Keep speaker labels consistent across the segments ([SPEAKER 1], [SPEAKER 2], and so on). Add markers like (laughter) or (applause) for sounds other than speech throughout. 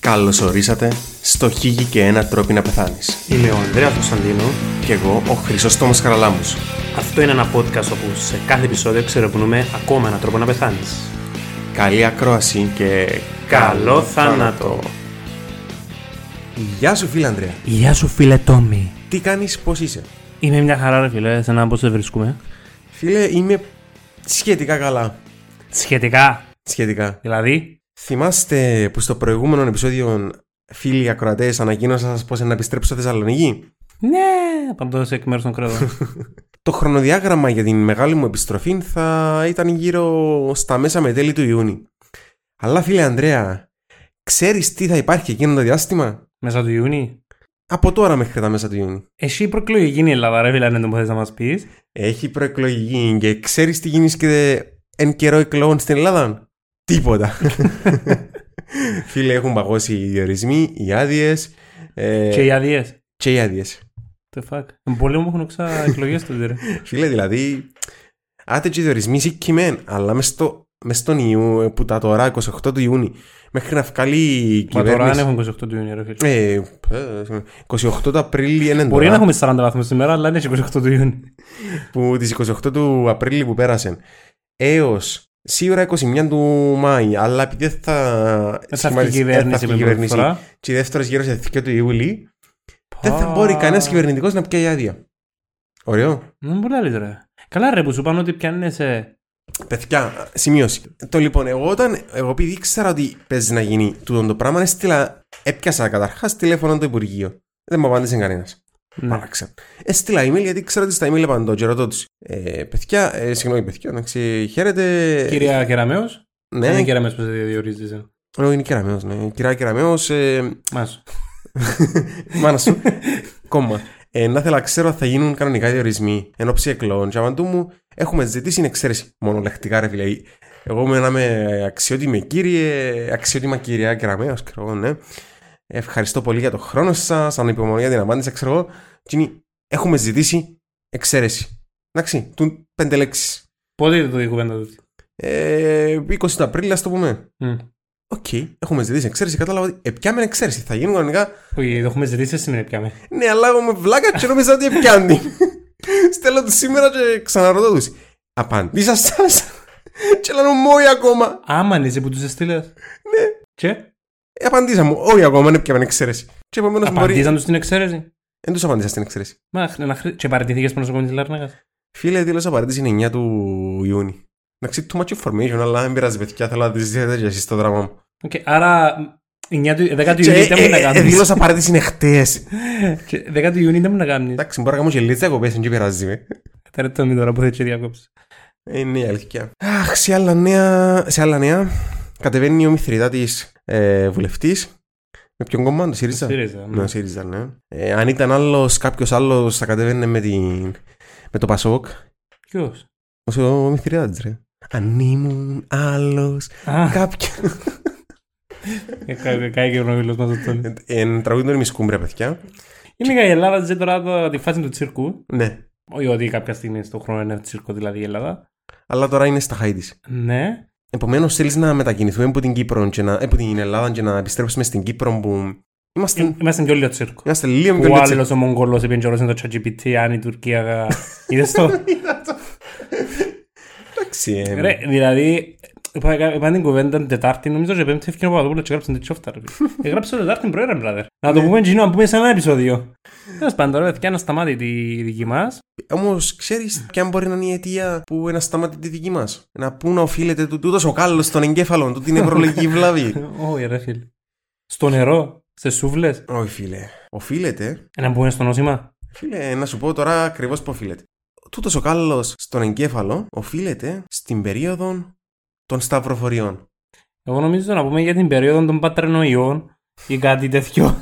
[SPEAKER 1] Καλώς ορίσατε στο Χίγη και ένα τρόπο να πεθάνεις.
[SPEAKER 2] Είμαι ο Ανδρέας Κωνσταντίνο.
[SPEAKER 1] Κι εγώ ο Χρυσόστομος Χαραλάμπους.
[SPEAKER 2] Αυτό είναι ένα podcast όπου σε κάθε επεισόδιο ξερευνούμε ακόμα έναν τρόπο να πεθάνεις.
[SPEAKER 1] Καλή ακρόαση και...
[SPEAKER 2] Καλό θάνατο!
[SPEAKER 1] Γεια σου φίλε Ανδρέα.
[SPEAKER 2] Γεια σου φίλε Τόμι.
[SPEAKER 1] Τι κάνεις, πώς είσαι.
[SPEAKER 2] Είμαι μια χαρά ρε φίλε, σαν να πω σε βρίσκουμε.
[SPEAKER 1] Φίλε, είμαι σχετικά καλά.
[SPEAKER 2] Σχετικά,
[SPEAKER 1] Σχετικά.
[SPEAKER 2] δηλαδή.
[SPEAKER 1] Θυμάστε που στο προηγούμενο επεισόδιο φίλοι ακροατές ανακοίνωσα να σας πως να επιστρέψω στη Θεσσαλονίκη.
[SPEAKER 2] Ναι, παντός εκ μέρους των (laughs) κρατών.
[SPEAKER 1] Το χρονοδιάγραμμα για την μεγάλη μου επιστροφή θα ήταν γύρω στα μέσα με τέλη του Ιούνιου. Αλλά φίλε Ανδρέα, ξέρεις τι θα υπάρχει εκείνο το διάστημα.
[SPEAKER 2] Μέσα του Ιούνιου.
[SPEAKER 1] Από τώρα μέχρι τα μέσα του Ιούνιου.
[SPEAKER 2] Εσύ προκλογική είναι η Ελλάδα, ρε φίλε, αν δεν το θες να μας πεις.
[SPEAKER 1] Έχει προεκλογική και ξέρεις τι γίνεις και εν καιρό εκλογών στην Ελλάδα.
[SPEAKER 2] (laughs)
[SPEAKER 1] Τίποτα. Φίλε, έχουν παγώσει οι διορισμοί, οι άδειες. Ε,
[SPEAKER 2] Και οι αδείες.
[SPEAKER 1] και οι άδειες.
[SPEAKER 2] The fuck. Πολλοί μου έχουν ξα (laughs) εκλογές τότε ρε.
[SPEAKER 1] Φίλε, δηλαδή, άτε και οι διορισμοί σηκημέν, αλλά μες στο, μες στον Ιού, ε, που τα τώρα 28 του Ιούνιου, μέχρι να βγάλει η
[SPEAKER 2] Μα τώρα αν
[SPEAKER 1] κυβέρνηση.
[SPEAKER 2] έχουν 28 του Ιούνιου ρε φίλε.
[SPEAKER 1] Ε, ε, συγγνώμη, 28 του Απρίλη είναι
[SPEAKER 2] Μπορεί να
[SPEAKER 1] τώρα,
[SPEAKER 2] έχουμε 40 βαθμούς σήμερα, αλλά είναι και 28 του Ιούνιου.
[SPEAKER 1] που τις 28 του Απρίλη που πέρασαν έως σίγουρα 21 του Μάη αλλά επειδή δεν θα
[SPEAKER 2] Δεν Ε, θα βγει η
[SPEAKER 1] σχηματιστεί- δεν θα
[SPEAKER 2] κυβέρνηση
[SPEAKER 1] βγει
[SPEAKER 2] με πρώτη φορά.
[SPEAKER 1] και η δεύτερος γύρος θα έρθει και του Ιούλη δεν θα μπορεί κανένας κυβερνητικός να πιάει άδεια Ωραίο.
[SPEAKER 2] Δεν μπορεί να λες, ρε. Καλά ρε που σου πάνε ότι πιάνεσαι.
[SPEAKER 1] Παιδιά, σημείωση. Το λοιπόν, εγώ όταν, εγώ επειδή ήξερα ότι παίζει να γίνει τούτο το πράγμα, έστειλα, έπιασα καταρχάς τηλέφωνο το Υπουργείο. Δεν μου απάντησε κανένας.
[SPEAKER 2] Ναι.
[SPEAKER 1] Άραξα. Έστειλα email γιατί ξέρω ότι στα email απαντώ και ρωτώ τους. Ε, παιδιά, ε, συγγνώμη παιδιά, εντάξει, χαίρετε.
[SPEAKER 2] Κυρία Κεραμέως.
[SPEAKER 1] ναι,
[SPEAKER 2] Δεν είναι Κεραμέως που σε διορίζεις. ε.
[SPEAKER 1] Λόγω είναι Κεραμέος, ναι. Κυρία Κεραμέος, ε,
[SPEAKER 2] Μας.
[SPEAKER 1] μάνα σου, κόμμα. Ε, να ήθελα να ξέρω αν θα γίνουν κανονικά διορισμοί εν ώψη εκλογών. Και απαντού μου, έχουμε ζητήσει είναι εξαίρεση. Μονολεκτικά, ρε φίλε. Εγώ είμαι να είμαι αξιότιμη κύριε, αξιότιμα κυρία Κεραμέο, ξέρω εγώ, ναι. Ευχαριστώ πολύ για το χρόνο σας, ανυπομονώ για την απάντηση, ξέρω εγώ. Και είναι, έχουμε ζητήσει εξαίρεση. Εντάξει, του πέντε λέξεις.
[SPEAKER 2] Πότε ήταν το η κουβέντα τούτη.
[SPEAKER 1] Ε, 20 του Απρίλη, ας το πούμε.
[SPEAKER 2] Μμ.
[SPEAKER 1] Οκ, έχουμε ζητήσει εξαίρεση. Κατάλαβα ότι επιάμενε εξαίρεση. Θα γίνουν κανονικά
[SPEAKER 2] Όχι, το έχουμε ζητήσει, εσύ μην πιάμε.
[SPEAKER 1] Ναι, αλλά εγώ με βλάκα και νόμιζα ότι επιάντη. Στέλνω του σήμερα και ξαναρωτώ τους. Απαντήσα σας. Και λένε μου όχι ακόμα.
[SPEAKER 2] Άμα είναι εσύ που τους έστειλες. Ναι. Και
[SPEAKER 1] Ε, απαντήσα μου, όχι ακόμα, δεν πιάμε εξαίρεση. Και επομένως μπορεί.
[SPEAKER 2] απαντήσαν τους την εξαίρεση.
[SPEAKER 1] Δεν τους απαντήσα στην εξαίρεση.
[SPEAKER 2] Μα, να χρ- και παραιτηθήκες πάνω στο κομμάτι της Λάρνακας.
[SPEAKER 1] Φίλε, δήλωσα παρέτηση είναι 9 του Ιούνιου. Εντάξει, too much information, αλλά δεν πειράζει, παιδιά. Θέλω να τη δείτε και εσείς το δράμα μου.
[SPEAKER 2] Οκ, άρα 9 του- 10 του
[SPEAKER 1] Και,
[SPEAKER 2] Ιουνίου ήταν
[SPEAKER 1] ε,
[SPEAKER 2] που να
[SPEAKER 1] ε, ε,
[SPEAKER 2] κάνεις. (laughs)
[SPEAKER 1] Δήλωσα παρέτηση είναι χτες.
[SPEAKER 2] 10 του Ιουνίου ήταν που να κάνεις.
[SPEAKER 1] Εντάξει, μπορώ να κάνω και λίγες διακοπές, δεν και πειράζει. ε. με.
[SPEAKER 2] Τα ρε, το μη τώρα που θα και διακόψεις.
[SPEAKER 1] Ε, Είναι η αλήθεια. Αχ, σε άλλα νέα, σε άλλα νέα κατεβαίνει η ομιθρητά της ε, βουλευτής. Με ποιον κόμμα, το ΣΥΡΙΖΑ.
[SPEAKER 2] Σύριζα,
[SPEAKER 1] Ναι,
[SPEAKER 2] ναι.
[SPEAKER 1] ο ΣΥΡΙΖΑ, ναι. Ε, αν ήταν άλλος, κάποιος άλλος θα κατεβαίνει με, την... με το Πασόκ.
[SPEAKER 2] Ποιος.
[SPEAKER 1] Όσο ο ομιθρητά τη, ρε. Αν ήμουν άλλος,
[SPEAKER 2] Α, ε,
[SPEAKER 1] κάποιο.
[SPEAKER 2] κα- κάει και ο φίλος μας ο Τόνι.
[SPEAKER 1] ε, τραγούδι των Μισκούμπρε, παιδιά.
[SPEAKER 2] Γενικά η Ελλάδα ζει τώρα το- τη φάση του τσίρκου.
[SPEAKER 1] Ναι.
[SPEAKER 2] Όχι ότι κάποια στιγμή στον χρόνο είναι τσίρκο, δηλαδή η Ελλάδα.
[SPEAKER 1] Αλλά τώρα είναι στα χάη
[SPEAKER 2] Ναι.
[SPEAKER 1] Επομένως, θέλεις να μετακινηθούμε από την, Κύπρο και να, ε, από την Ελλάδα και να επιστρέψουμε στην Κύπρο που. Είμαστε,
[SPEAKER 2] Είμαστε και όλοι το τσίρκο.
[SPEAKER 1] είμαστε λίγο πιο
[SPEAKER 2] Ο
[SPEAKER 1] λίγο-
[SPEAKER 2] άλλος ο Μογγολός είπε και ρωτήσε το ChatGPT αν η Τουρκία. Είδες (laughs) το.
[SPEAKER 1] Εντάξει. ε,
[SPEAKER 2] Ρε, δηλαδή, είπα είπα την κουβέντα την Τετάρτη, νομίζω και πέμπτη ευκαιρία Παπαδόπουλος και γράψαν την τσόφτα. ρε. (laughs) Έγραψε το Τετάρτη πρωί, ρε, brother. Να το πούμε κοινό, να πούμε σε ένα επεισόδιο. Τέλος πάντων, ρε, παιδιά, να σταμάτη τη δική μας.
[SPEAKER 1] Όμως, ξέρεις ποια μπορεί να είναι η αιτία που ένα σταμάτη τη δική μας. Να πού να οφείλεται του τούτος ο κάλο των εγκέφαλων, του την νευρολογική
[SPEAKER 2] (laughs)
[SPEAKER 1] βλάβη.
[SPEAKER 2] Όχι, ρε, φίλε. Στο νερό, σε σούβλες,
[SPEAKER 1] Όχι, φίλε. Οφείλεται.
[SPEAKER 2] να μπούμε στο νόσημα.
[SPEAKER 1] Φίλε, να σου πω τώρα ακριβώς που οφείλεται. Τούτος ο κάλο στον εγκέφαλο οφείλεται στην περίοδο των σταυροφοριών.
[SPEAKER 2] Εγώ νομίζω να πούμε για την περίοδο των πατρενοϊών ή κάτι τέτοιο.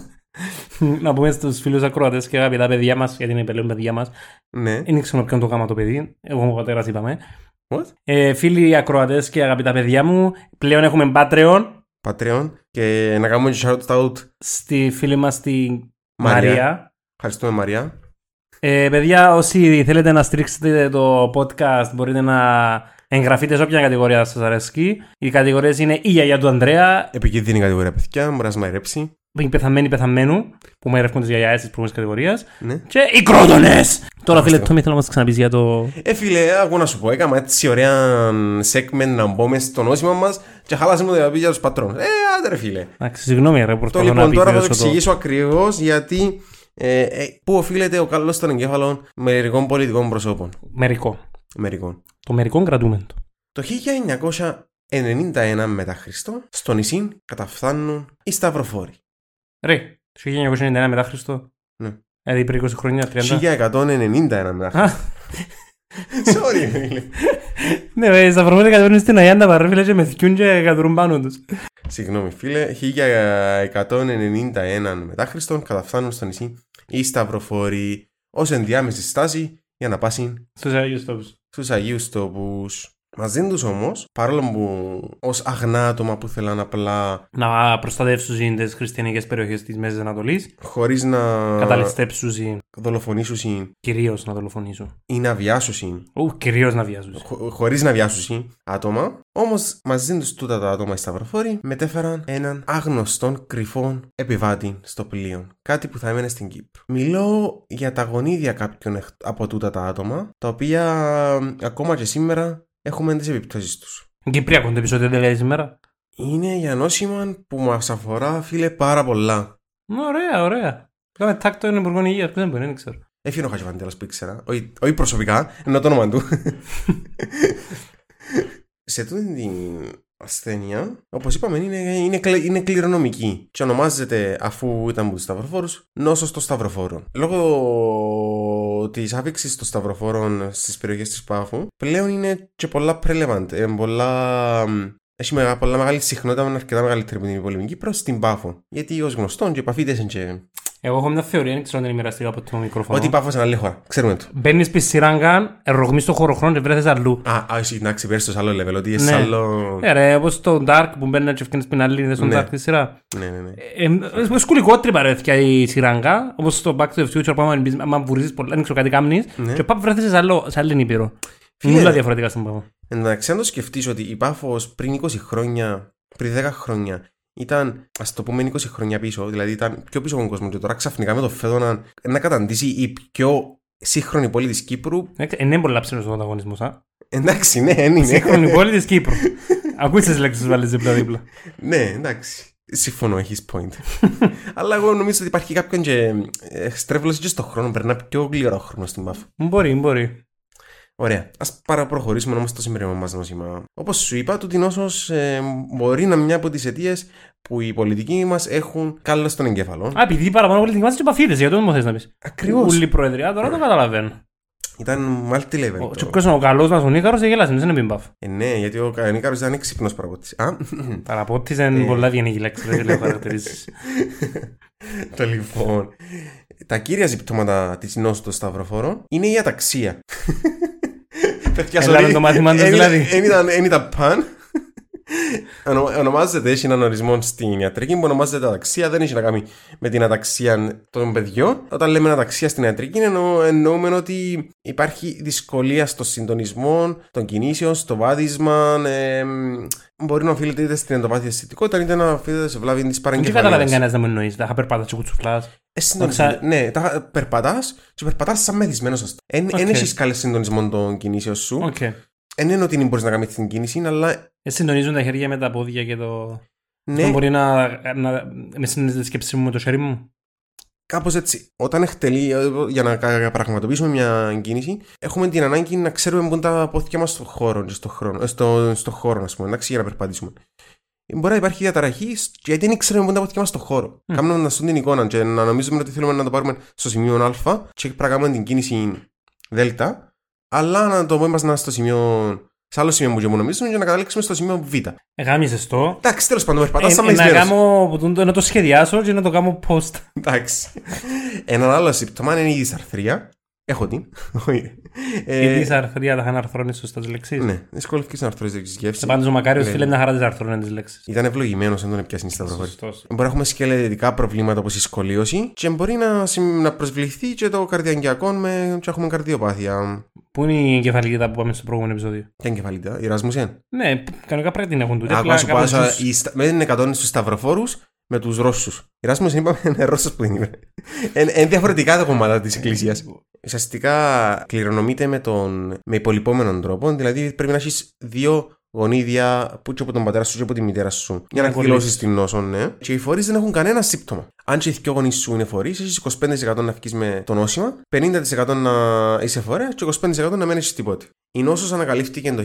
[SPEAKER 2] (laughs) να πούμε στους φίλους ακροατές και αγαπητά παιδιά μας, γιατί είναι πελέον παιδιά μας.
[SPEAKER 1] Ναι.
[SPEAKER 2] Δεν ήξερα ποιον το γάμα το παιδί. Εγώ μου πατέρα είπαμε.
[SPEAKER 1] What?
[SPEAKER 2] Ε, φίλοι ακροατές και αγαπητά παιδιά μου, πλέον έχουμε Patreon
[SPEAKER 1] Patreon. Και να κάνουμε και shout out.
[SPEAKER 2] στη φίλη μας τη Μαρία.
[SPEAKER 1] Ευχαριστούμε, Μαρία.
[SPEAKER 2] Ε, παιδιά, όσοι θέλετε να στηρίξετε το podcast, μπορείτε να Εγγραφείτε σε όποια κατηγορία σας αρέσει. Οι κατηγορίες είναι η γιαγιά του Ανδρέα,
[SPEAKER 1] Επικίνδυνη κατηγορία, παιδιά. Μπορεί να σας μαϊρέψει.
[SPEAKER 2] η πεθαμένη πεθαμένου, που μαϊρεύουν τι γιαγιάε της προηγούμενης κατηγορίας.
[SPEAKER 1] Ναι.
[SPEAKER 2] Και οι κρότονες! Τώρα, φίλε,
[SPEAKER 1] Ευχαριστώ.
[SPEAKER 2] Τόμι, θέλω να μας ξαναπείς για το.
[SPEAKER 1] Ε, φίλε, εγώ να σου πω, έκανα έτσι ωραία segment να μπω μες στο νόσημα μας και χάλασε μου τα για τους πατρών. Ε, άντε ρε φίλε.
[SPEAKER 2] Εντάξει, συγγνώμη, ρε,
[SPEAKER 1] Το
[SPEAKER 2] προσπαθώ να
[SPEAKER 1] λοιπόν τώρα θα το
[SPEAKER 2] επιβεβαιώσω
[SPEAKER 1] εξηγήσω ακριβώς γιατί ε, ε, πού οφείλεται ο καλός των εγκέφαλων μερικών πολιτικών προσώπων.
[SPEAKER 2] Μερικό.
[SPEAKER 1] Μερικών.
[SPEAKER 2] Το μερικό κρατούμε το.
[SPEAKER 1] Το 1991 μετά Χριστό, στο νησί καταφθάνουν οι Σταυροφόροι.
[SPEAKER 2] Ρε, το 1991 μετά Χριστό.
[SPEAKER 1] Ναι.
[SPEAKER 2] Δηλαδή πριν 20 χρόνια, 30.
[SPEAKER 1] 1191 μετά Χριστό.
[SPEAKER 2] Α,
[SPEAKER 1] Sorry, φίλε.
[SPEAKER 2] ναι, ρε, στα προηγούμενα κατηγορία στην Αγιάντα Παρέφιλε και με θυκιούν και κατουρούν πάνω τους.
[SPEAKER 1] Συγγνώμη, φίλε. 1191 μετά Χριστό καταφθάνουν στο νησί οι Σταυροφόροι ως ενδιάμεση στάση για να πάσουν
[SPEAKER 2] Στους Αγίους Τόπους.
[SPEAKER 1] στους Αγίους Τόπους. Μαζί τους όμως, παρόλο που ως αγνά άτομα που θέλαν απλά
[SPEAKER 2] Να προστατεύσουν τι χριστιανικέ περιοχέ της Μέσης Ανατολής.
[SPEAKER 1] χωρίς να
[SPEAKER 2] Καταληστέψουν
[SPEAKER 1] δολοφονήσουν
[SPEAKER 2] κυρίως να δολοφονήσουν.
[SPEAKER 1] ή να βιάσουν,
[SPEAKER 2] Ου, κυρίως να βιάζουν.
[SPEAKER 1] χωρίς να βιάσουν άτομα. Όμως, μαζί τους τούτα τα άτομα οι Σταυροφόροι μετέφεραν έναν άγνωστον κρυφόν επιβάτη στο πλοίο. Κάτι που θα έμενε στην Κύπρο. Μιλώ για τα γονίδια κάποιων εκ- από τούτα τα άτομα, τα οποία μ, ακόμα και σήμερα έχουμε τις επιπτώσεις τους.
[SPEAKER 2] Κυπριακό το επεισόδιο δεν λέει σήμερα.
[SPEAKER 1] Είναι για νόσημα που μας αφορά, φίλε, πάρα πολλά.
[SPEAKER 2] Μ, Ωραία, ωραία. Κάμε τάκτο είναι υπουργό υγείας. Δεν μπορεί, δεν ξέρω.
[SPEAKER 1] Έφυγε ο Χατζηβαντέλο που ήξερα. Όχι, όχι προσωπικά, ενώ το όνομα του. Σε τούτη την ασθένεια, όπως είπαμε, είναι, είναι, κλε- είναι κληρονομική. Και ονομάζεται, αφού ήταν από τους Σταυροφόρους, νόσος των Σταυροφόρων. Λόγω τη άφηξη των Σταυροφόρων στις περιοχές της Πάφου, πλέον είναι και πολλά relevant. ε, πολλά μ, έχει μεγα, πολλά μεγάλη συχνότητα με αρκετά μεγαλύτερη από την υπόλοιπη Κύπρος στην Πάφο. Γιατί ως γνωστόν και επαφείται και.
[SPEAKER 2] Εγώ έχω μια θεωρία, δεν ξέρω αν είναι μοιραστή από το μικρόφωνο.
[SPEAKER 1] Ότι η Πάφο είναι άλλη χώρα. Ξέρουμε το.
[SPEAKER 2] Μπαίνεις πεις σειράγγαν, ρογμεί στο χωροχρόνο και βρέθε αλλού.
[SPEAKER 1] Α, α, εσύ να ξεπέρασε το σε άλλο level, ότι είσαι
[SPEAKER 2] Ναι.
[SPEAKER 1] σε άλλο.
[SPEAKER 2] Ε, ρε, όπως το Dark που μπαίνει να τσεφκίνει στην άλλη, είδε τον
[SPEAKER 1] Ναι.
[SPEAKER 2] Dark τη σειρά.
[SPEAKER 1] Ναι, ναι, ναι.
[SPEAKER 2] Ε, ε, ε, Σκουλικότρυπα ρε, θκιά η σειράγγα. Όπως στο Back to the Future, πάμε να βουρίζεις πολλά, δεν ξέρω κάτι κάμνεις.
[SPEAKER 1] Ναι.
[SPEAKER 2] Και πάμε βρέθε σε άλλο- σε άλλη ήπειρο.
[SPEAKER 1] Φίλε,
[SPEAKER 2] Μουλά διαφορετικά στον πάγο.
[SPEAKER 1] Εντάξει, αν το σκεφτείς ότι η Πάφο πριν 20 χρόνια, πριν 10 χρόνια, ήταν, ας το πούμε, 20 χρόνια πίσω, δηλαδή ήταν πιο πίσω από τον κόσμο. Και τώρα ξαφνικά με το φέτο να, να καταντήσει η πιο σύγχρονη πόλη της Κύπρου.
[SPEAKER 2] Εντάξει, Είναι Ε, ναι, πολλά ψηλό ο ανταγωνισμό.
[SPEAKER 1] Εντάξει, ναι, εν είναι.
[SPEAKER 2] Σύγχρονη πόλη της Κύπρου. Ακούστε τις λέξεις που βάλει δίπλα-δίπλα.
[SPEAKER 1] ναι, εντάξει. Συμφωνώ, έχεις
[SPEAKER 2] (laughs)
[SPEAKER 1] point. Αλλά εγώ νομίζω ότι υπάρχει κάποιον και ε, στρέβλωση και στον χρόνο. Περνά πιο γλυόρο χρόνος στην Πάφο.
[SPEAKER 2] Μπορεί, μπορεί.
[SPEAKER 1] Ωραία. Ας παραπροχωρήσουμε όμω στο σημερινό μας νόσημα. Όπως σου είπα, τούτη νόσος ε, μπορεί να είναι μια από τις αιτίες που οι πολιτικοί μας έχουν κάλα στον εγκέφαλο.
[SPEAKER 2] Α, επειδή παραπάνω πολύ θυμάσαι και παφίδε, γιατί δεν μου θες να πεις.
[SPEAKER 1] Ακριβώς.
[SPEAKER 2] Ούλη προεδρία, τώρα το καταλαβαίνω.
[SPEAKER 1] Ήταν multi-level.
[SPEAKER 2] Ο
[SPEAKER 1] το-
[SPEAKER 2] Τσουκό ο καλός μας ο Νίκαρος έγελασε, δεν είναι μπιμπαφ.
[SPEAKER 1] Ε, ναι, γιατί ο Κανίκαρο ήταν ξύπνο παραπότης. Α,
[SPEAKER 2] Παραπότης δεν
[SPEAKER 1] Ε.
[SPEAKER 2] πολλά γενική λέξη, δεν
[SPEAKER 1] (laughs)
[SPEAKER 2] λέω χαρακτηρίσει.
[SPEAKER 1] το λοιπόν. Τα κύρια συμπτώματα τη νόσου των Σταυροφόρων είναι η αταξία. (laughs) Παιδιά,
[SPEAKER 2] Έλα
[SPEAKER 1] sorry.
[SPEAKER 2] με το μάθημά τους,
[SPEAKER 1] Εν ήταν-
[SPEAKER 2] δηλαδή.
[SPEAKER 1] εν ήταν- εν ήταν παν. (laughs) Ονομα- Ονομάζεται, έχει έναν ορισμό στην ιατρική που ονομάζεται αταξία. Δεν έχει να κάνει με την αταξία των παιδιών. Όταν λέμε αταξία στην ιατρική, εννο, εννοούμε ότι υπάρχει δυσκολία στο συντονισμό των κινήσεων, στο βάδισμα. εμ, μπορεί να οφείλεται είτε στην εντοπάθεια αισθητικότητα, είτε να οφείλεται σε βλάβη της
[SPEAKER 2] Δεν
[SPEAKER 1] παρεγκεφαλία.
[SPEAKER 2] καταλαβαίνει κανένας να με εννοείς. Τα είχα περπάτασει κουτσουφλάς.
[SPEAKER 1] Ε, συντονισμό.
[SPEAKER 2] Ξα-
[SPEAKER 1] Ναι, τα περπατάς και περπατάς σαν μεθυσμένος αστό. Εν
[SPEAKER 2] Οκ.
[SPEAKER 1] okay. έχεις καλέ συντονισμό των κινήσεων σου.
[SPEAKER 2] Οκ.
[SPEAKER 1] Εν είναι ότι μπορείς να κάνεις την κίνηση, αλλά
[SPEAKER 2] Ε, Συντονίζουν τα χέρια με τα πόδια και το.
[SPEAKER 1] ναι,
[SPEAKER 2] Αυτό Μπορεί να. να- Με συνδέεται τη σκέψη μου με το χέρι μου.
[SPEAKER 1] κάπως έτσι. Όταν εκτελεί, ε, για να κα- πραγματοποιήσουμε μια κίνηση, έχουμε την ανάγκη να ξέρουμε πού είναι τα πόθηκια μα στον χώρο, και στο χρόνο, ε, στο, στο χώρο ας πούμε, εντάξει, για να περπατήσουμε. Μπορεί να υπάρχει διαταραχή, σ- γιατί δεν ξέρουμε πού είναι τα πόθηκια μα στον χώρο.
[SPEAKER 2] Μμ.
[SPEAKER 1] Κάνουμε να σου την εικόνα, και να νομίζουμε ότι θέλουμε να το πάρουμε στο σημείο Α, και πρέπει να κάνουμε την κίνηση Δ, αλλά να το πούμε μας να είναι στο σημείο. Σε άλλο σημείο που και μου νομίζουμε και να καταλήξουμε στο σημείο Β.
[SPEAKER 2] Γάμισε Ε, το.
[SPEAKER 1] Εντάξει, τέλος πάντων, περπατάς σαν
[SPEAKER 2] Ε, Να
[SPEAKER 1] μαϊσμένος.
[SPEAKER 2] κάνω- που τον- να το σχεδιάσω και να το κάνω post.
[SPEAKER 1] Εντάξει. Ένα άλλο σύμπτωμα είναι η δυσαρθρία. Έχω την. Όχι. Ε,
[SPEAKER 2] Γιατί στα αρθρία τα είχαν αρθρώνει σωστά τι λέξει.
[SPEAKER 1] Ναι, δυσκολεύτηκε να αρθρώσεις τη γεύση.
[SPEAKER 2] Πάντως ο Μακάριος
[SPEAKER 1] Ναι.
[SPEAKER 2] φίλε μια χαρά τι αρθρώνει τις λέξεις.
[SPEAKER 1] Ήταν ευλογημένος αν τον έπιασε η σταυροφόρη.
[SPEAKER 2] Σωστό.
[SPEAKER 1] Μπορεί να έχουμε σκελετικά προβλήματα όπως η σκολίωση και μπορεί να, συμ- να προσβληθεί και το καρδιαγκιακό με. και έχουμε καρδιοπάθεια.
[SPEAKER 2] Πού είναι η εγκεφαλική που πάμε στο προηγούμενο επεισόδιο.
[SPEAKER 1] Τι εγκεφαλίτητα, η Ρασμουσέν.
[SPEAKER 2] Ναι, π- κανονικά πρέπει να την έχουν τούτη.
[SPEAKER 1] Ακόμα
[SPEAKER 2] απλά
[SPEAKER 1] σου
[SPEAKER 2] κάπως
[SPEAKER 1] πάσα
[SPEAKER 2] τους-
[SPEAKER 1] με την 100 στους σταυροφόρους με τους Ρώσους. Η Ρασμουσέν είπαμε (laughs) είναι Ρώσος που δεν είναι. Είναι είναι διαφορετικά τα κομμάτια της Εκκλησίας. Ουσιαστικά κληρονομείται με, τον, με υπολοιπόμενον τρόπο, δηλαδή πρέπει να έχεις δύο γονίδια που και από τον πατέρα σου και από τη μητέρα σου για να
[SPEAKER 2] Να
[SPEAKER 1] εκδηλώσει
[SPEAKER 2] κολλήσεις.
[SPEAKER 1] την νόσο, ναι. Και οι φορείς δεν έχουν κανένα σύμπτωμα. Αν και οι δύο γονείς σου είναι φορείς, έχεις 25% να βγει με το νόσημα, 50% να είσαι φορέα και 25% να μένει τίποτε. Η νόσος ανακαλύφθηκε το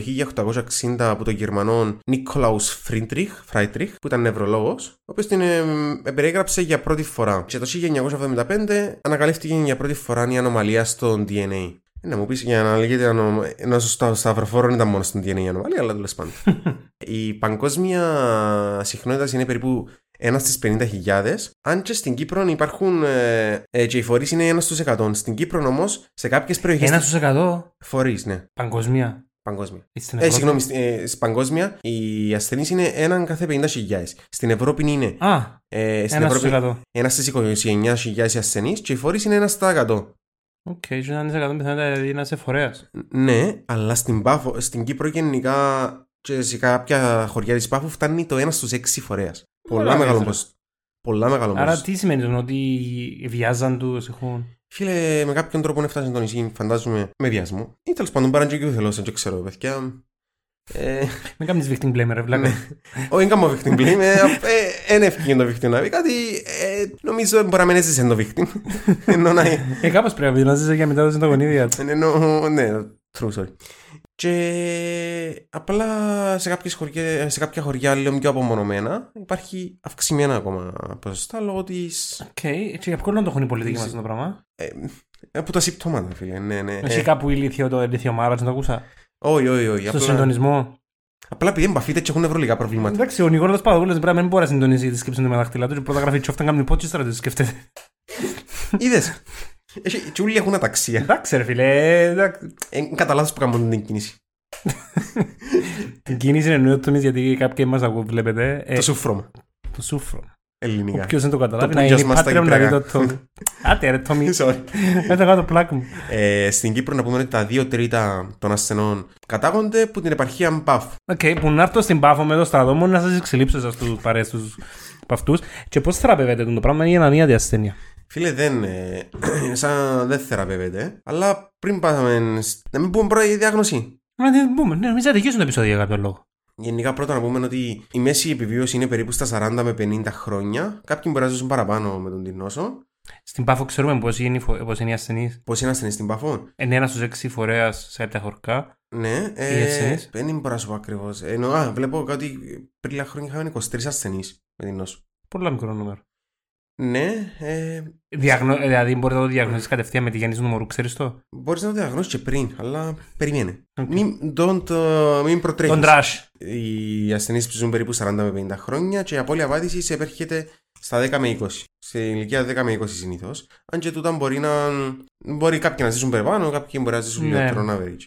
[SPEAKER 1] 1860 από τον Γερμανό Νίκολαους Φρίντριχ, Φράιτριχ, που ήταν νευρολόγος, ο οποίος την ε, ε, περιέγραψε για πρώτη φορά. Και το 1975 ανακαλύφθηκε για πρώτη φορά η ανομαλία στο DNA. Ε, Να μου πεις για να λέγεται ανο... ενώ στο σταυροφόρο ήταν μόνο στην DNA η ανομαλία, αλλά τέλος πάντων. η παγκόσμια συχνότητα είναι περίπου ένα στις 50.000. Αν και στην Κύπρο υπάρχουν. Ε, ε, και οι φορείς είναι ένας στους 100. Στην Κύπρο όμως, σε κάποιες περιοχές.
[SPEAKER 2] Ένας στου 100
[SPEAKER 1] Φορείς, ναι,
[SPEAKER 2] παγκοσμία.
[SPEAKER 1] παγκόσμια.
[SPEAKER 2] Ε, στην
[SPEAKER 1] Ε,
[SPEAKER 2] Ευρώπη.
[SPEAKER 1] συγγνώμη, στην- ε, στην παγκόσμια οι ασθενείς είναι έναν κάθε 50.000. Στην Ευρώπη είναι.
[SPEAKER 2] Α,
[SPEAKER 1] Ε, στην
[SPEAKER 2] ένας στου
[SPEAKER 1] Ευρώπη
[SPEAKER 2] 100.
[SPEAKER 1] ένας στις 29.000 ασθενείς και οι φορείς είναι ένας στα 100.
[SPEAKER 2] Οκ, ίσω να είναι 100 πιθανότητα δηλαδή να είσαι φορέας.
[SPEAKER 1] Ναι, αλλά στην, Πάφο, στην Κύπρο γενικά και σε κάποια χωριά της Πάφου φτάνει το 1 στου 6 φορέα. Πολλά
[SPEAKER 2] Ωραία,
[SPEAKER 1] μεγάλο
[SPEAKER 2] μέτρα.
[SPEAKER 1] ποσό. Πολλά μεγάλο
[SPEAKER 2] Άρα
[SPEAKER 1] ποσό.
[SPEAKER 2] τι σημαίνει τον ότι βιάζαν τους, έχουν.
[SPEAKER 1] Φίλε, με κάποιον τρόπο να φτάσει το νησί, φαντάζομαι, με βιασμό. Ή τέλος πάντων, παράντζο και θέλω, δεν ξέρω, παιδιά. Ε,
[SPEAKER 2] Μην κάνεις victim blame, ρε βλάκα.
[SPEAKER 1] Όχι, δεν κάνω victim blame. ε, ε, Εν έφυγε το victim να πει κάτι. ε, Νομίζω μπορεί να μην έζησε το victim. (laughs) Ενώ να. ε,
[SPEAKER 2] Ε, κάπως πρέπει να δεινάζεσαι για μετά τα γονίδια του.
[SPEAKER 1] Ενώ. Ναι, true sorry. Και απλά σε, κάποιες χωριά, σε κάποια χωριά λίγο πιο απομονωμένα υπάρχει αυξημένα ακόμα ποσοστά λόγω της.
[SPEAKER 2] Οκ, έτσι για ποιον λόγο το έχουν οι πολιτικοί μας
[SPEAKER 1] Εσύ.
[SPEAKER 2] αυτό το πράγμα.
[SPEAKER 1] ε, από τα συμπτώματα, φίλε. Ναι, ναι.
[SPEAKER 2] Έχει
[SPEAKER 1] Ε,
[SPEAKER 2] κάπου ηλίθιο το ηλίθιο μάρα, δεν το ακούσα.
[SPEAKER 1] Όχι, όχι, όχι.
[SPEAKER 2] Στο
[SPEAKER 1] Απλά,
[SPEAKER 2] συντονισμό.
[SPEAKER 1] απλά επειδή εμπαφείται και έχουν νευρολογικά προβλήματα.
[SPEAKER 2] Εντάξει, ο Νικόλας Παδούλη πρέπει να μην μπορεί να συντονίζει τη σκέψη του με τα δάχτυλά του. και Πρώτα γράφει τσόφτα κάνει πότσι στρατό, σκέφτεται. Ναι.
[SPEAKER 1] Είδε. Και όλοι έχουν αταξία.
[SPEAKER 2] (laughs) Εντάξει, ρε φιλέ. εντάξει.
[SPEAKER 1] Ε, Κατά λάθος που κάνουν την κίνηση.
[SPEAKER 2] Την κίνηση εννοεί ότι γιατί κάποιοι μας ακούω, βλέπετε. ε,
[SPEAKER 1] Το σουφρόμα.
[SPEAKER 2] Το σούφρο.
[SPEAKER 1] Ελληνικά.
[SPEAKER 2] Όποιο δεν το καταλάβει,
[SPEAKER 1] Το
[SPEAKER 2] να γίνει
[SPEAKER 1] πουντιός μας τα
[SPEAKER 2] Patreon να δει
[SPEAKER 1] Κυπριακά.
[SPEAKER 2] το Tommy. Άντε, ρε Tommy,
[SPEAKER 1] (laughs) Sorry.
[SPEAKER 2] μετά κάνω το πλάκι μου.
[SPEAKER 1] Ε, στην Κύπρο να πούμε ότι τα δύο τρίτα των ασθενών κατάγονται από την επαρχία Μπαφ.
[SPEAKER 2] Οκ, που να έρθω στην πάφο με το σταδό μου να σας εξελίψω εσά τους παρέες τους αυτούς. Και πώς θεραπεύεται το πράγμα για να μία διασθένεια.
[SPEAKER 1] Φίλε, δεν, ε, (clears throat) σαν, δεν θεραπεύεται. Αλλά πριν πάμε. σ- Να μην πούμε πρώτα για διάγνωση.
[SPEAKER 2] Μα δεν πούμε, ναι, μην αδικήσουν το επεισόδιο για κάποιο λόγο.
[SPEAKER 1] Γενικά, πρώτα να πούμε ότι η μέση επιβίωση είναι περίπου στα 40 με 50 χρόνια. Κάποιοι μπορεί να ζήσουν παραπάνω με τον την νόσο.
[SPEAKER 2] Στην πάφο ξέρουμε πώς είναι, η φο- πώς είναι οι ασθενείς.
[SPEAKER 1] Πώς είναι ασθενή στην Παφό.
[SPEAKER 2] Είναι ένα στους έξι φορέας σε κάποια χορκά.
[SPEAKER 1] Ναι,
[SPEAKER 2] Οι
[SPEAKER 1] ε,
[SPEAKER 2] ασθενείς.
[SPEAKER 1] δεν μπορώ να σου πω ακριβώ. Εννοώ, α, βλέπω κάτι πριν λίγα χρόνια είχαμε 23 ασθενείς με την νόσο.
[SPEAKER 2] Πολλά μικρό νούμερο.
[SPEAKER 1] Ναι, ε,
[SPEAKER 2] Διαγνω... ε, Δηλαδή, μπορείς να το διαγνωρίσει κατευθείαν με τη γέννηση του μωρού, ξέρεις το.
[SPEAKER 1] Μπορείς να το διαγνώσεις και πριν, αλλά περιμένε.
[SPEAKER 2] Οκ.
[SPEAKER 1] Μην, don't, uh, μην προτρέχεις.
[SPEAKER 2] Τον τράσ.
[SPEAKER 1] Οι ασθενείς που ζουν περίπου 40 με 50 χρόνια και η απώλεια βάτηση επέρχεται στα 10 με 20. Σε ηλικία 10 με 20 συνήθως. Αν και τούτα μπορεί να. Μπορεί κάποιοι να ζήσουν περπάνω, κάποιοι μπορεί να ζήσουν
[SPEAKER 2] Ναι.
[SPEAKER 1] λιγότερο on average.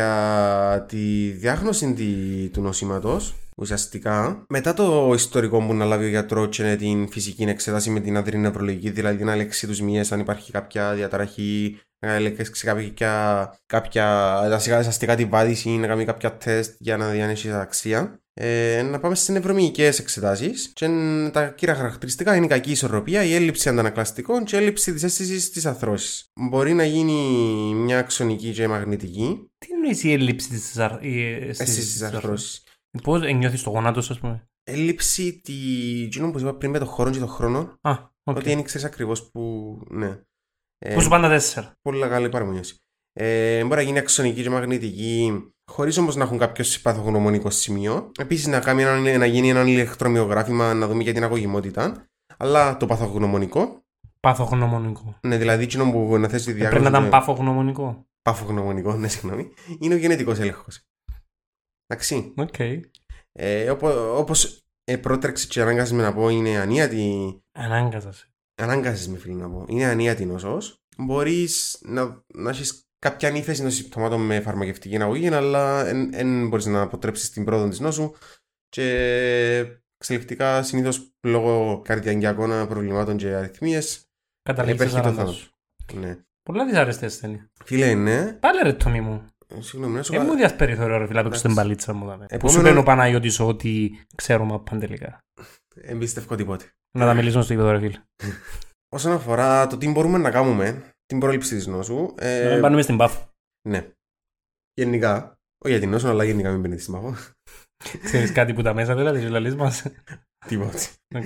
[SPEAKER 1] Για τη διάγνωση τη- του νοσήματος, ουσιαστικά, μετά το ιστορικό που να λάβει ο γιατρός και την φυσική εξέταση με την αδρή νευρολογική, δηλαδή την αλεξή τους μύες, αν υπάρχει κάποια διαταραχή, να ελέγξει κάποια, κάποια αστικά τη βάδηση ή να κάνει κάποια τεστ για να δει αν έχει αξία. Ε, να πάμε στις νευρομυγικέ εξετάσεις. Και ν- τα κύρια χαρακτηριστικά είναι η κακή ισορροπία, η έλλειψη αντανακλαστικών και η έλλειψη της αίσθησης της αρθρώση. Μπορεί να γίνει μια αξονική και μαγνητική
[SPEAKER 2] Τι εννοείς η έλλειψη της
[SPEAKER 1] αίσθηση τη αρθρώση.
[SPEAKER 2] Πώς νιώθεις το γονάτο, ας πούμε.
[SPEAKER 1] Έλλειψη τη. Τζίνο που είπα πριν με το χώρο και το χρόνο,
[SPEAKER 2] Α, οκ.
[SPEAKER 1] ότι δεν ξέρει ακριβώς που. Ναι. Ε,
[SPEAKER 2] Πόσο πάντα τέσσερα.
[SPEAKER 1] Πολύ μεγάλη παραμονίωση. Ε, μπορεί να γίνει αξονική και μαγνητική, χωρίς όμως να έχουν κάποιο παθογνωμονικό σημείο. Επίσης, να, κάνει έναν- να γίνει ένα ηλεκτρομοιογράφημα να δούμε για την αγωγημότητα. Αλλά το παθογνωμονικό,
[SPEAKER 2] Παθογνωμονικό.
[SPEAKER 1] ναι, δηλαδή εκείνο που να θέσει τη
[SPEAKER 2] Ε, Πρέπει να
[SPEAKER 1] διάγνωση.
[SPEAKER 2] ήταν
[SPEAKER 1] με
[SPEAKER 2] παθογνωμονικό.
[SPEAKER 1] παθογνωμονικό, ναι, συγγνώμη, είναι ο γενετικός έλεγχος. Εντάξει.
[SPEAKER 2] Οκ.
[SPEAKER 1] Ε, Όπως ε, πρότρεξε και ανάγκασες με να πω, είναι ανίατη.
[SPEAKER 2] Ανάγκαζα. σε.
[SPEAKER 1] Ανάγκασες με φίλε να πω. Είναι ανίατη νόσος. μπορείς να, να έχεις κάποια ανήφεση των συμπτωμάτων με φαρμακευτική αγωγή, αλλά δεν μπορείς να αποτρέψεις την πρόοδο της νόσου. Και εξελικτικά συνήθως λόγω καρδιαγκιακών προβλημάτων και αριθμίες
[SPEAKER 2] Καταλήγει
[SPEAKER 1] επέρχεται
[SPEAKER 2] το
[SPEAKER 1] το
[SPEAKER 2] θάνατο.
[SPEAKER 1] θάνατο. Ναι.
[SPEAKER 2] Πολλά δυσάρεστε ασθένεια.
[SPEAKER 1] Φίλε, ναι.
[SPEAKER 2] Πάλε ρε Τόμι μου.
[SPEAKER 1] Ε, Συγγνώμη, να σου
[SPEAKER 2] Δεν
[SPEAKER 1] πω.
[SPEAKER 2] μου διαφέρει θεωρώ ρε φίλα παίξω
[SPEAKER 1] Εντάξει.
[SPEAKER 2] την παλίτσα μου. δάμε. Που σου
[SPEAKER 1] Επόμενο-
[SPEAKER 2] παίρνει ο Παναγιώτης ότι ξέρουμε από παντελικά.
[SPEAKER 1] Εμπιστευκό τίποτε.
[SPEAKER 2] Να τα μιλήσουμε στο γήπεδο ρε φίλε.
[SPEAKER 1] Όσον αφορά το τι μπορούμε να κάνουμε, την πρόληψη τη νόσου.
[SPEAKER 2] Να
[SPEAKER 1] Ε,
[SPEAKER 2] μην πάνουμε στην πάθο.
[SPEAKER 1] ναι. Γενικά. Όχι για την νόσο, αλλά γενικά μην παίρνεις τη μάχο. (laughs)
[SPEAKER 2] Ξέρεις κάτι που τα μέσα δηλαδή, ζωλαλείς μας.
[SPEAKER 1] Τίποτε.
[SPEAKER 2] Οκ.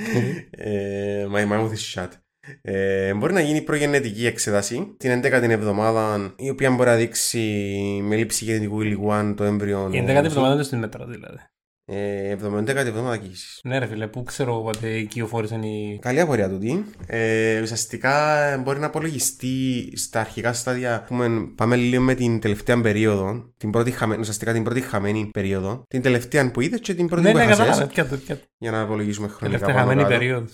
[SPEAKER 1] Ε, My mouth is shut. Ε, μπορεί να γίνει προγενετική εξέταση την 11η εβδομάδα, η οποία μπορεί να δείξει με λήψη γενετικού υλικού αν το έμβριο.
[SPEAKER 2] Η 11η εβδομάδα είναι στην μέτρα δηλαδή.
[SPEAKER 1] Ε, 70η εβδομάδα κύκληση.
[SPEAKER 2] Ναι, ρε φίλε, πού ξέρω εγώ πότε οικειοφόρησε η.
[SPEAKER 1] Καλή απορία τούτη. Ε, ουσιαστικά μπορεί να απολογιστεί στα αρχικά στάδια. Πούμε, πάμε λίγο με την τελευταία περίοδο. Την πρώτη χαμένη, ουσιαστικά την πρώτη χαμένη περίοδο. Την τελευταία που είδες και την πρώτη
[SPEAKER 2] Ναι,
[SPEAKER 1] που
[SPEAKER 2] ναι,
[SPEAKER 1] έχασες,
[SPEAKER 2] κατάλαβα. Πια το πια το.
[SPEAKER 1] Για να απολογίσουμε χρονικά.
[SPEAKER 2] Τελευταία
[SPEAKER 1] πάνω
[SPEAKER 2] χαμένη
[SPEAKER 1] κάτω.
[SPEAKER 2] περίοδος.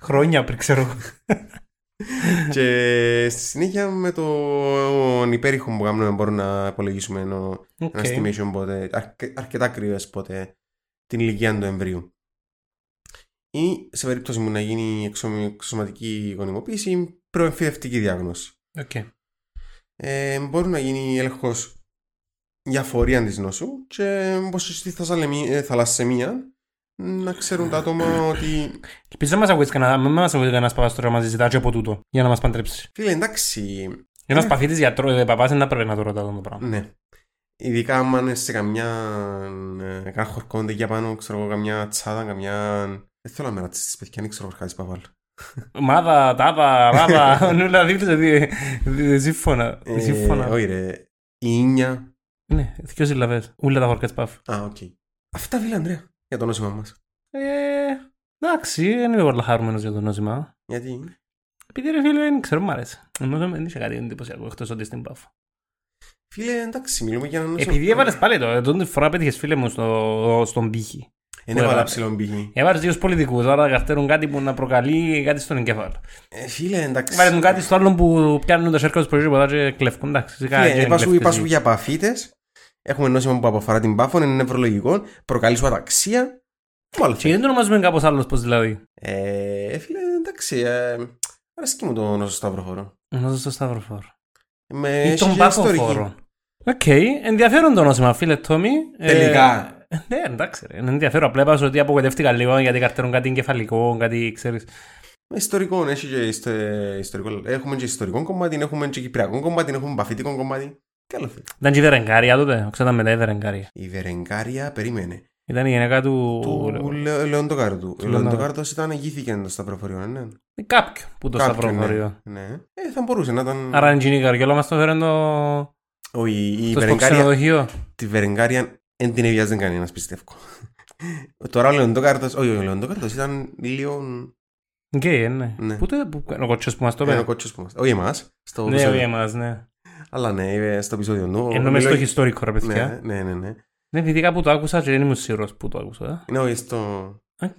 [SPEAKER 2] Χρόνια πριν ξέρω εγώ.
[SPEAKER 1] και στη συνέχεια με τον υπέρηχο που κάνουμε μπορούμε να απολογίσουμε ένα ένα
[SPEAKER 2] Οκ.
[SPEAKER 1] estimation πότε, αρκε- αρκετά κρύβες πότε την ηλικία του εμβρίου. Ή σε περίπτωση μου να γίνει εξω- εξωματική γονιμοποίηση, προεμφυδευτική διάγνωση.
[SPEAKER 2] Οκ.
[SPEAKER 1] Ε, μπορεί να γίνει έλεγχος για φορεία της νόσου και όπως στη θαλασσαμή- ε, θαλασσεμία να ξέρουν τα άτομα ότι.
[SPEAKER 2] Ελπίζω να μα ακούσει κανένα, μην μα ακούσει κανένας παπάς τώρα μαζί ζητάει και από τούτο για να μας παντρέψει.
[SPEAKER 1] Φίλε, εντάξει,
[SPEAKER 2] Ένα παθήτη γιατρό, παπάς δεν θα πρέπει να το ρωτάω το πράγμα.
[SPEAKER 1] ναι. Ειδικά άμα είναι σε καμιά. ε, Κάνα χορκόντε για πάνω, ξέρω εγώ, καμιά τσάδα, καμιά. Δεν θέλω να με ρατσίσει, παιδιά, δεν ξέρω χάρη παπάλ. Ναι.
[SPEAKER 2] Μάδα,
[SPEAKER 1] (laughs)
[SPEAKER 2] τάδα, ράδα, νουλα, δίπλα, δι- δι- σύμφωνα.
[SPEAKER 1] Ε,
[SPEAKER 2] Σύμφωνα.
[SPEAKER 1] Όχι, ρε. Η ίνια.
[SPEAKER 2] Ναι, δυο συλλαβές. Ούλα τα χορκέ παφ.
[SPEAKER 1] Α, οκ. Αυτά, φίλε, Ανδρέα, για το νόσημα μας.
[SPEAKER 2] Ε, εντάξει, δεν είμαι πολύ χαρούμενος για το νόημα.
[SPEAKER 1] Γιατί.
[SPEAKER 2] Επειδή ρε φίλε, δεν ξέρω, μου άρεσε. Νομίζω δεν είχε κάτι εντυπωσιακό εκτός ότι στην πάφο.
[SPEAKER 1] Φίλε, εντάξει, μιλούμε για ένα νόσημα.
[SPEAKER 2] Επειδή έβαλες πάλι το, τον τη φορά πέτυχες φίλε μου στο, στον πύχη.
[SPEAKER 1] Εν έβαλα
[SPEAKER 2] έβαλε.
[SPEAKER 1] ψηλόν πύχη.
[SPEAKER 2] Έβαλες δύο πολιτικούς, άρα καυτέρουν κάτι που να προκαλεί κάτι στον εγκέφαλο.
[SPEAKER 1] Ε, Φίλε, εντάξει.
[SPEAKER 2] Έβαλες μου κάτι στο άλλον που πιάνουν τα σέρκα τους προσέχει ποτά και κλεφκούν, εντάξει. Σιγά,
[SPEAKER 1] Φίλε,
[SPEAKER 2] και
[SPEAKER 1] είπα σου-
[SPEAKER 2] κλεφτες
[SPEAKER 1] είπα σου
[SPEAKER 2] εσύ.
[SPEAKER 1] για παφίτες. Έχουμε νόσημα που αποφορά την πάφο, είναι νευρολογικό, προκαλεί σου αταξία. Μάλλον.
[SPEAKER 2] Και δεν το ονομάζουμε κάπως άλλος πως δηλαδή.
[SPEAKER 1] Ε, φίλε, εντάξει. Ε, αρέσκει μου το νόσο σταυροφόρο.
[SPEAKER 2] Νόζω στο σταυροφόρο.
[SPEAKER 1] Με
[SPEAKER 2] Ή
[SPEAKER 1] Ε, έχει
[SPEAKER 2] τον
[SPEAKER 1] και
[SPEAKER 2] πάθοφόρο. Οκ, ενδιαφέρον το νόσημα, φίλε Τόμι. Ε,
[SPEAKER 1] Τελικά.
[SPEAKER 2] Ναι, εντάξει, ρε. Είναι ενδιαφέρον. Απλά είπα σου ότι απογοητεύτηκα λίγο γιατί καρτέρουν κάτι εγκεφαλικό, κάτι ξέρεις.
[SPEAKER 1] Με Ιστορικό, ναι, έχει και ιστε- ιστορικό. Έχουμε και ιστορικό κομμάτι, έχουμε και κυπριακό κομμάτι, έχουμε παφίτικο κομμάτι. Τι άλλο θέλει.
[SPEAKER 2] Ήταν και η Βερενκάρια τότε, ξέρετε μετά η Βερενκάρια.
[SPEAKER 1] Η Βερενκάρια περίμενε.
[SPEAKER 2] Ήταν η γυναίκα του...
[SPEAKER 1] Του Λε- Λεοντοκάρδου. Ο Λεοντοκάρδος ήταν ηγήθηκε το σταυροφορείο, ναι.
[SPEAKER 2] Κάποιου που το
[SPEAKER 1] Κάποιου,
[SPEAKER 2] σταυροφορείο.
[SPEAKER 1] ναι. Ε, θα μπορούσε να ήταν.
[SPEAKER 2] Άρα είναι γίνει η καριόλα μας το φέρνει το...
[SPEAKER 1] Ο, η, η
[SPEAKER 2] το
[SPEAKER 1] Βερενκάρια,
[SPEAKER 2] ξενοδοχείο.
[SPEAKER 1] τη Βερενκάρια δεν την εβιάζε κανένας, πιστεύω. (laughs) Τώρα ο Λεοντοκάρδος, όχι ο Λεοντοκάρδος ήταν λίγο...
[SPEAKER 2] Γκέι, ε, ναι.
[SPEAKER 1] Ναι. Ε,
[SPEAKER 2] Πού το... που- Ο κοτσός που μας το
[SPEAKER 1] Ένα
[SPEAKER 2] πέρασε.
[SPEAKER 1] κότσος που μας... Όχι εμάς, στο
[SPEAKER 2] Ναι, ο
[SPEAKER 1] επεισόδιο.
[SPEAKER 2] εμάς, ναι.
[SPEAKER 1] Αλλά ναι, ε, στο επεισόδιο του.
[SPEAKER 2] Ενώ μες στο
[SPEAKER 1] Μιλώ-
[SPEAKER 2] ιστορικό, ρε
[SPEAKER 1] Ναι,
[SPEAKER 2] παιδιά.
[SPEAKER 1] ναι, ναι, ναι.
[SPEAKER 2] Ναι, επειδή κάπου το άκουσα και δεν ήμουν σίγουρος που το άκουσα. ε.
[SPEAKER 1] Ναι, όχι, στο...
[SPEAKER 2] Οκ.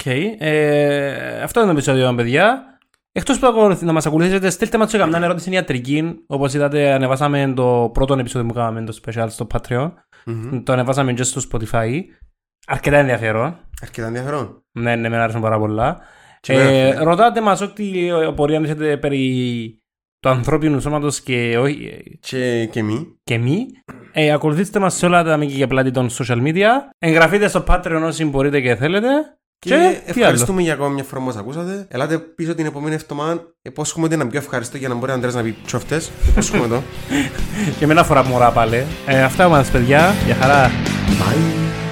[SPEAKER 2] ε, Αυτό είναι το επεισόδιο, παιδιά. Εκτός που ακολουθ- να μας ακολουθήσετε, στείλτε μας καμιά ερώτηση στην ιατρική. Όπως είδατε, ανεβάσαμε το πρώτο επεισόδιο που κάναμε το special στο Patreon.
[SPEAKER 1] Μμμ.
[SPEAKER 2] Το ανεβάσαμε και στο Spotify. Αρκετά ενδιαφέρον.
[SPEAKER 1] Αρκετά ενδιαφέρον.
[SPEAKER 2] Ναι, ναι, με άρεσαν πάρα πολλά.
[SPEAKER 1] Και εμένα, ναι.
[SPEAKER 2] Ε,
[SPEAKER 1] φίλε.
[SPEAKER 2] ρωτάτε μας ό,τι πορεία έχετε περί του ανθρώπινου σώματο και, όχι-
[SPEAKER 1] Και, και εμεί.
[SPEAKER 2] και μη. Ε, ακολουθήστε μας σε όλα τα μήκη και πλάτη των social media. Εγγραφείτε στο Patreon όσοι μπορείτε και θέλετε.
[SPEAKER 1] Και,
[SPEAKER 2] Και, τι άλλο.
[SPEAKER 1] ευχαριστούμε για ακόμα μια φορά που μας ακούσατε. Ελάτε πίσω την επόμενη εβδομάδα. Υπόσχομαι ότι είναι πιο ευχαριστώ για να μπορεί ο Αντρέας να πει τσόφτες. Υπόσχομαι το.
[SPEAKER 2] Και με ένα φορά μωρά πάλι. Ε, αυτά μας παιδιά. Για χαρά.
[SPEAKER 1] Bye.